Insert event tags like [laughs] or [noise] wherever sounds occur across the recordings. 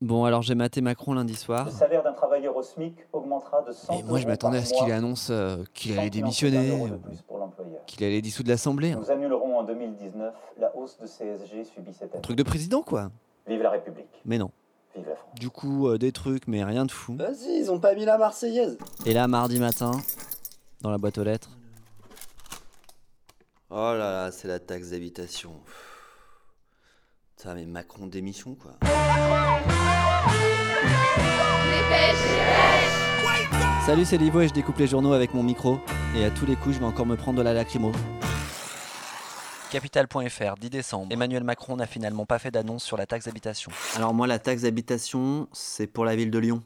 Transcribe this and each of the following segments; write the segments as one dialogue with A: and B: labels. A: Bon, alors j'ai maté Macron lundi soir.
B: Le salaire d'un travailleur au SMIC augmentera de 100
A: Et Ah. moi, je
B: euros
A: m'attendais
B: par
A: à ce qu'il
B: mois,
A: annonce euh, qu'il
B: 100 000
A: allait démissionner, euh,
B: euros de
A: ou
B: plus pour l'employeur.
A: qu'il allait dissoudre l'Assemblée. Un
B: Nous annulerons en 2019 la hausse de CSG subie cette année.
A: truc de président, quoi.
B: Vive la République,
A: Mais non.
B: vive la France.
A: Du coup, euh, des trucs, mais rien de fou.
C: Vas-y, ils ont pas mis la Marseillaise.
A: Et là, mardi matin, dans la boîte aux lettres,
D: Oh là là, c'est la taxe d'habitation. Ça, mais Macron démission, quoi.
A: Salut, c'est Livo et je découpe les journaux avec mon micro. Et à tous les coups, je vais encore me prendre de la lacrymo.
E: Capital.fr, 10 décembre. Emmanuel Macron n'a finalement pas fait d'annonce sur la taxe d'habitation.
A: Alors moi, la taxe d'habitation, c'est pour la ville de Lyon.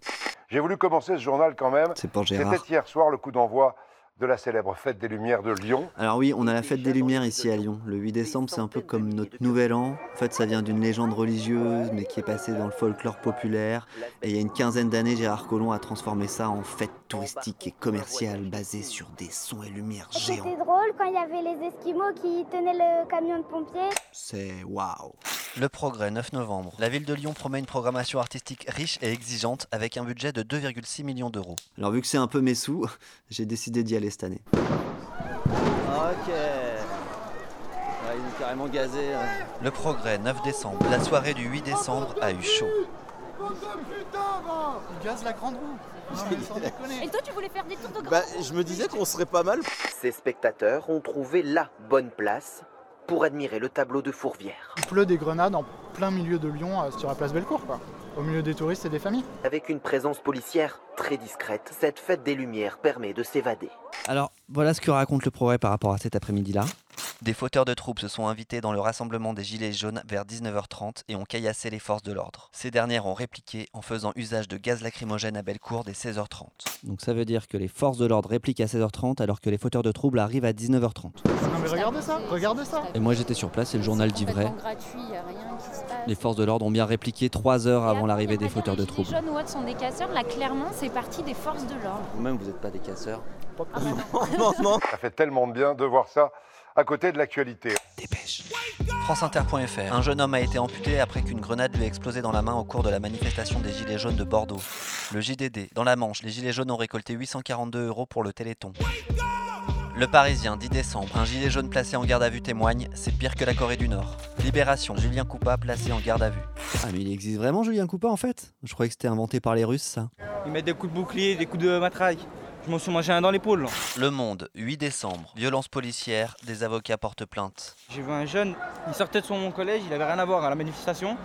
F: J'ai voulu commencer ce journal quand même.
A: C'est pour
F: C'était
A: Gérard.
F: hier soir le coup d'envoi de la célèbre fête des Lumières de Lyon.
A: Alors oui, on a la fête des Lumières ici à Lyon. Le 8 décembre, c'est un peu comme notre nouvel an. En fait, ça vient d'une légende religieuse, mais qui est passée dans le folklore populaire. Et il y a une quinzaine d'années, Gérard Collomb a transformé ça en fête touristique et commerciale basée sur des sons et lumières géants.
G: C'était drôle quand il y avait les Esquimaux qui tenaient le camion de pompiers.
A: C'est waouh.
E: Le Progrès, 9 novembre. La ville de Lyon promet une programmation artistique riche et exigeante avec un budget de 2,6 millions d'euros.
A: Alors vu que c'est un peu mes sous, [laughs] j'ai décidé d'y aller cette année.
C: Ok. Ouais, il est carrément gazé. hein.
E: Le Progrès, 9 décembre. La soirée du 8 décembre a eu chaud.
H: Et toi, tu voulais faire des tours de
C: Bah, je me disais qu'on serait pas mal.
I: Ces spectateurs ont trouvé la bonne place pour admirer le tableau de Fourvière.
J: Il pleut des grenades en plein milieu de Lyon euh, sur la place Bellecour, quoi. Au milieu des touristes et des familles.
I: Avec une présence policière très discrète, cette fête des Lumières permet de s'évader.
A: Alors voilà ce que raconte le progrès par rapport à cet après-midi-là.
E: Des fauteurs de troupes se sont invités dans le rassemblement des Gilets jaunes vers 19h30 et ont caillassé les forces de l'ordre. Ces dernières ont répliqué en faisant usage de gaz lacrymogène à Bellecour dès 16h30.
A: Donc ça veut dire que les forces de l'ordre répliquent à 16h30 alors que les fauteurs de troubles arrivent à 19h30.
J: Non mais regardez ça, regardez ça.
A: Et moi j'étais sur place, c'est le journal dit vrai.
H: gratuit, y a rien qui se passe.
A: Les forces de l'ordre ont bien répliqué 3 heures
H: Et
A: avant
H: après, on
A: l'arrivée
H: va
A: des
H: dire
A: fauteurs de
H: Les
A: troubles.
H: Gilets jaunes ou autres sont des casseurs. Là, clairement, c'est parti des forces de l'ordre.
D: Vous-même, vous n'êtes pas des casseurs.
J: Ah,
C: non, non.
F: Ça fait tellement de bien de voir ça à côté de l'actualité.
A: Dépêche.
E: Franceinter.fr Un jeune homme a été amputé après qu'une grenade lui a explosé dans la main au cours de la manifestation des Gilets jaunes de Bordeaux. Le JDD. Dans la Manche, les Gilets jaunes ont récolté 842 euros pour le Téléthon. Le Parisien, 10 décembre. Un gilet jaune placé en garde à vue témoigne, c'est pire que la Corée du Nord. Libération, Julien Coupa placé en garde à vue.
A: Ah mais il existe vraiment Julien Coupa en fait Je croyais que c'était inventé par les Russes ça.
J: Ils mettent des coups de bouclier, des coups de matraille. Je m'en suis mangé un dans l'épaule.
E: Le Monde, 8 décembre. Violence policière, des avocats portent plainte.
J: J'ai vu un jeune, il sortait de son collège, il avait rien à voir à la manifestation.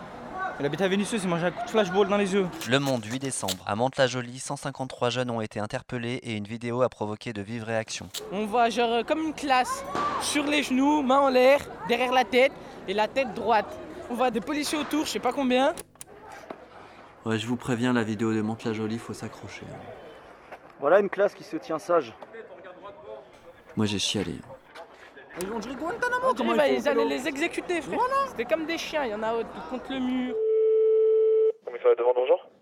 J: Il habitait à Vénitieux, il s'est mangé un coup de flashball dans les yeux.
E: Le Monde, 8 décembre. À Mantes-la-Jolie, 153 jeunes ont été interpellés et une vidéo a provoqué de vives réactions.
J: On voit genre euh, comme une classe, sur les genoux, mains en l'air, derrière la tête et la tête droite. On voit des policiers autour, je sais pas combien.
A: Ouais je vous préviens la vidéo de Mante la Jolie faut s'accrocher. hein.
C: Voilà une classe qui se tient sage.
A: Moi j'ai chialé.
J: Comment ils allaient les exécuter, frère. C'était comme des chiens, il y en a autre contre le mur.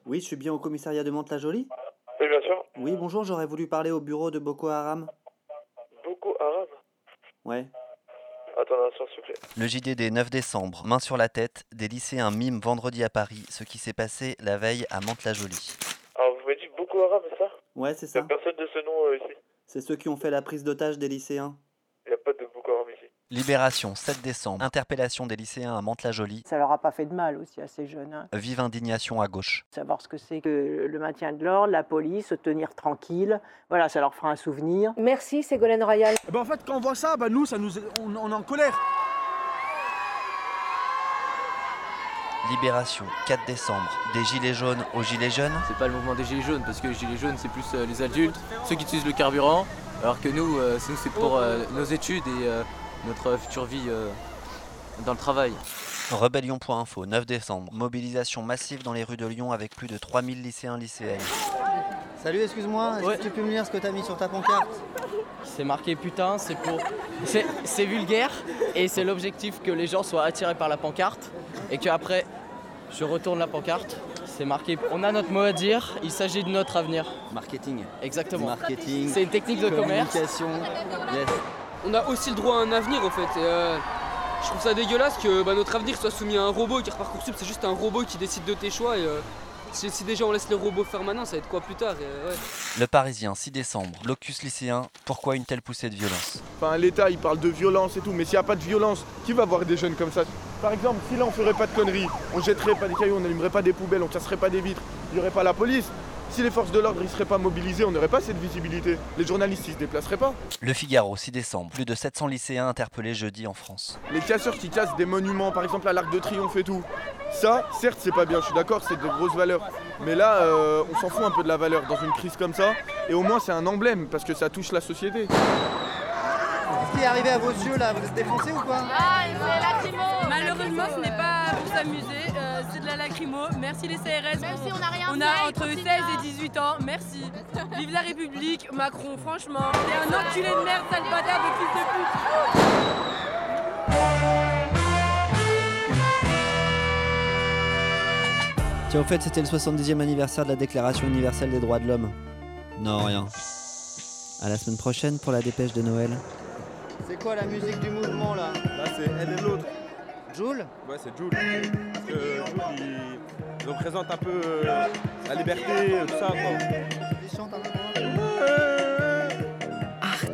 A: Oui je suis bien au commissariat de Mante la Jolie
J: Oui, bien sûr.
A: Oui bonjour j'aurais voulu parler au bureau de Boko Haram.
J: Beaucoup arabe.
A: Ouais.
J: Attends un instant, s'il vous plaît.
E: Le JDD 9 décembre, main sur la tête, des lycéens miment vendredi à Paris ce qui s'est passé la veille à Mantes-la-Jolie.
J: Alors, vous m'avez dit beaucoup arabe, c'est ça
A: Ouais c'est
J: Il n'y a personne de ce nom euh, ici.
A: C'est ceux qui ont fait la prise d'otage des lycéens.
J: Il n'y a pas de beaucoup arabe ici.
E: Libération 7 décembre, interpellation des lycéens à Mantes-la-Jolie,
J: Ça leur a pas fait de mal aussi à ces jeunes. Hein.
E: vive indignation à gauche.
J: Savoir ce que c'est que le maintien de l'ordre, la police, se tenir tranquille. Voilà, ça leur fera un souvenir.
H: Merci, Ségolène Royal.
J: en fait, quand on voit ça, bah, nous, ça nous, on, est en colère.
E: Libération 4 décembre, des gilets jaunes aux gilets jaunes,
I: C'est pas le mouvement des Gilets jaunes, parce que les Gilets jaunes, c'est plus euh, les adultes, ceux qui utilisent le carburant, alors que nous, euh, c'est- nous, c'est pour euh, nos études et euh, notre future vie euh, dans le travail.
E: rébellion.info 9 décembre, mobilisation massive dans les rues de Lyon avec plus de 3000 lycéens lycéennes.
A: Salut excuse-moi, est-ce que tu peux me lire ce que t'as mis sur ta pancarte
J: C'est marqué putain, c'est pour. C'est c'est vulgaire et c'est l'objectif que les gens soient attirés par la pancarte et qu'après, je retourne la pancarte. C'est marqué. On a notre mot à dire, il s'agit de notre avenir.
A: Marketing.
J: Exactement.
A: Marketing.
J: C'est une technique de commerce.
A: Communication. Yes.
J: On a aussi le droit à un avenir en fait.
K: euh, Je trouve ça dégueulasse que bah, notre avenir soit soumis à un robot car Parcoursup c'est juste un robot qui décide de tes choix et euh, si, si déjà on laisse les robots faire maintenant ça va être quoi plus tard et, euh, ouais.
E: Le Parisien, 6 décembre, locus lycéen, pourquoi une telle poussée de violence
L: Enfin, l'État, il parle de violence et tout, mais s'il n'y a pas de violence, qui va voir des jeunes comme ça Par exemple, si là, on ferait pas de conneries, on jetterait pas des cailloux, on n'allumerait pas des poubelles, on casserait pas des vitres, il n'y aurait pas la police. Si les forces de l'ordre ne seraient pas mobilisées, on n'aurait pas cette visibilité. Les journalistes, ils se déplaceraient pas.
E: Le Figaro, 6 décembre, plus de 700 lycéens interpellés jeudi en France.
L: Les casseurs qui cassent des monuments, par exemple à l'Arc de Triomphe et tout. Ça, certes, c'est pas bien, je suis d'accord, c'est de grosses valeurs. Mais là, euh, on s'en fout un peu de la valeur dans une crise comme ça. Et au moins, c'est un emblème, parce que ça touche la société.
M: Qu'est-ce qui est arrivé à vos yeux là Vous êtes défoncés ou quoi
N: Ah, c'est lacrymo
O: Malheureusement, ce n'est pas pour s'amuser, euh, c'est de la lacrymo. Merci les CRS.
N: Même si on n'a rien
O: On
N: fait,
O: a entre
N: continue,
O: 16
N: hein.
O: et 18 ans, merci. Vive la République, Macron, franchement. T'es un enculé de merde, sale bâtard de fils de pute.
A: Tiens, au fait, c'était le 70e anniversaire de la Déclaration universelle des droits de l'homme. Non, rien. À la semaine prochaine pour la dépêche de Noël.
M: C'est quoi la musique du mouvement là
L: Là, c'est elle et l'autre.
M: Joule
L: Ouais, c'est Jules. Parce que Jules, il représente un peu euh, la liberté, tout ça. quoi.
M: Il chante un peu.
P: Arte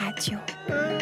P: Radio.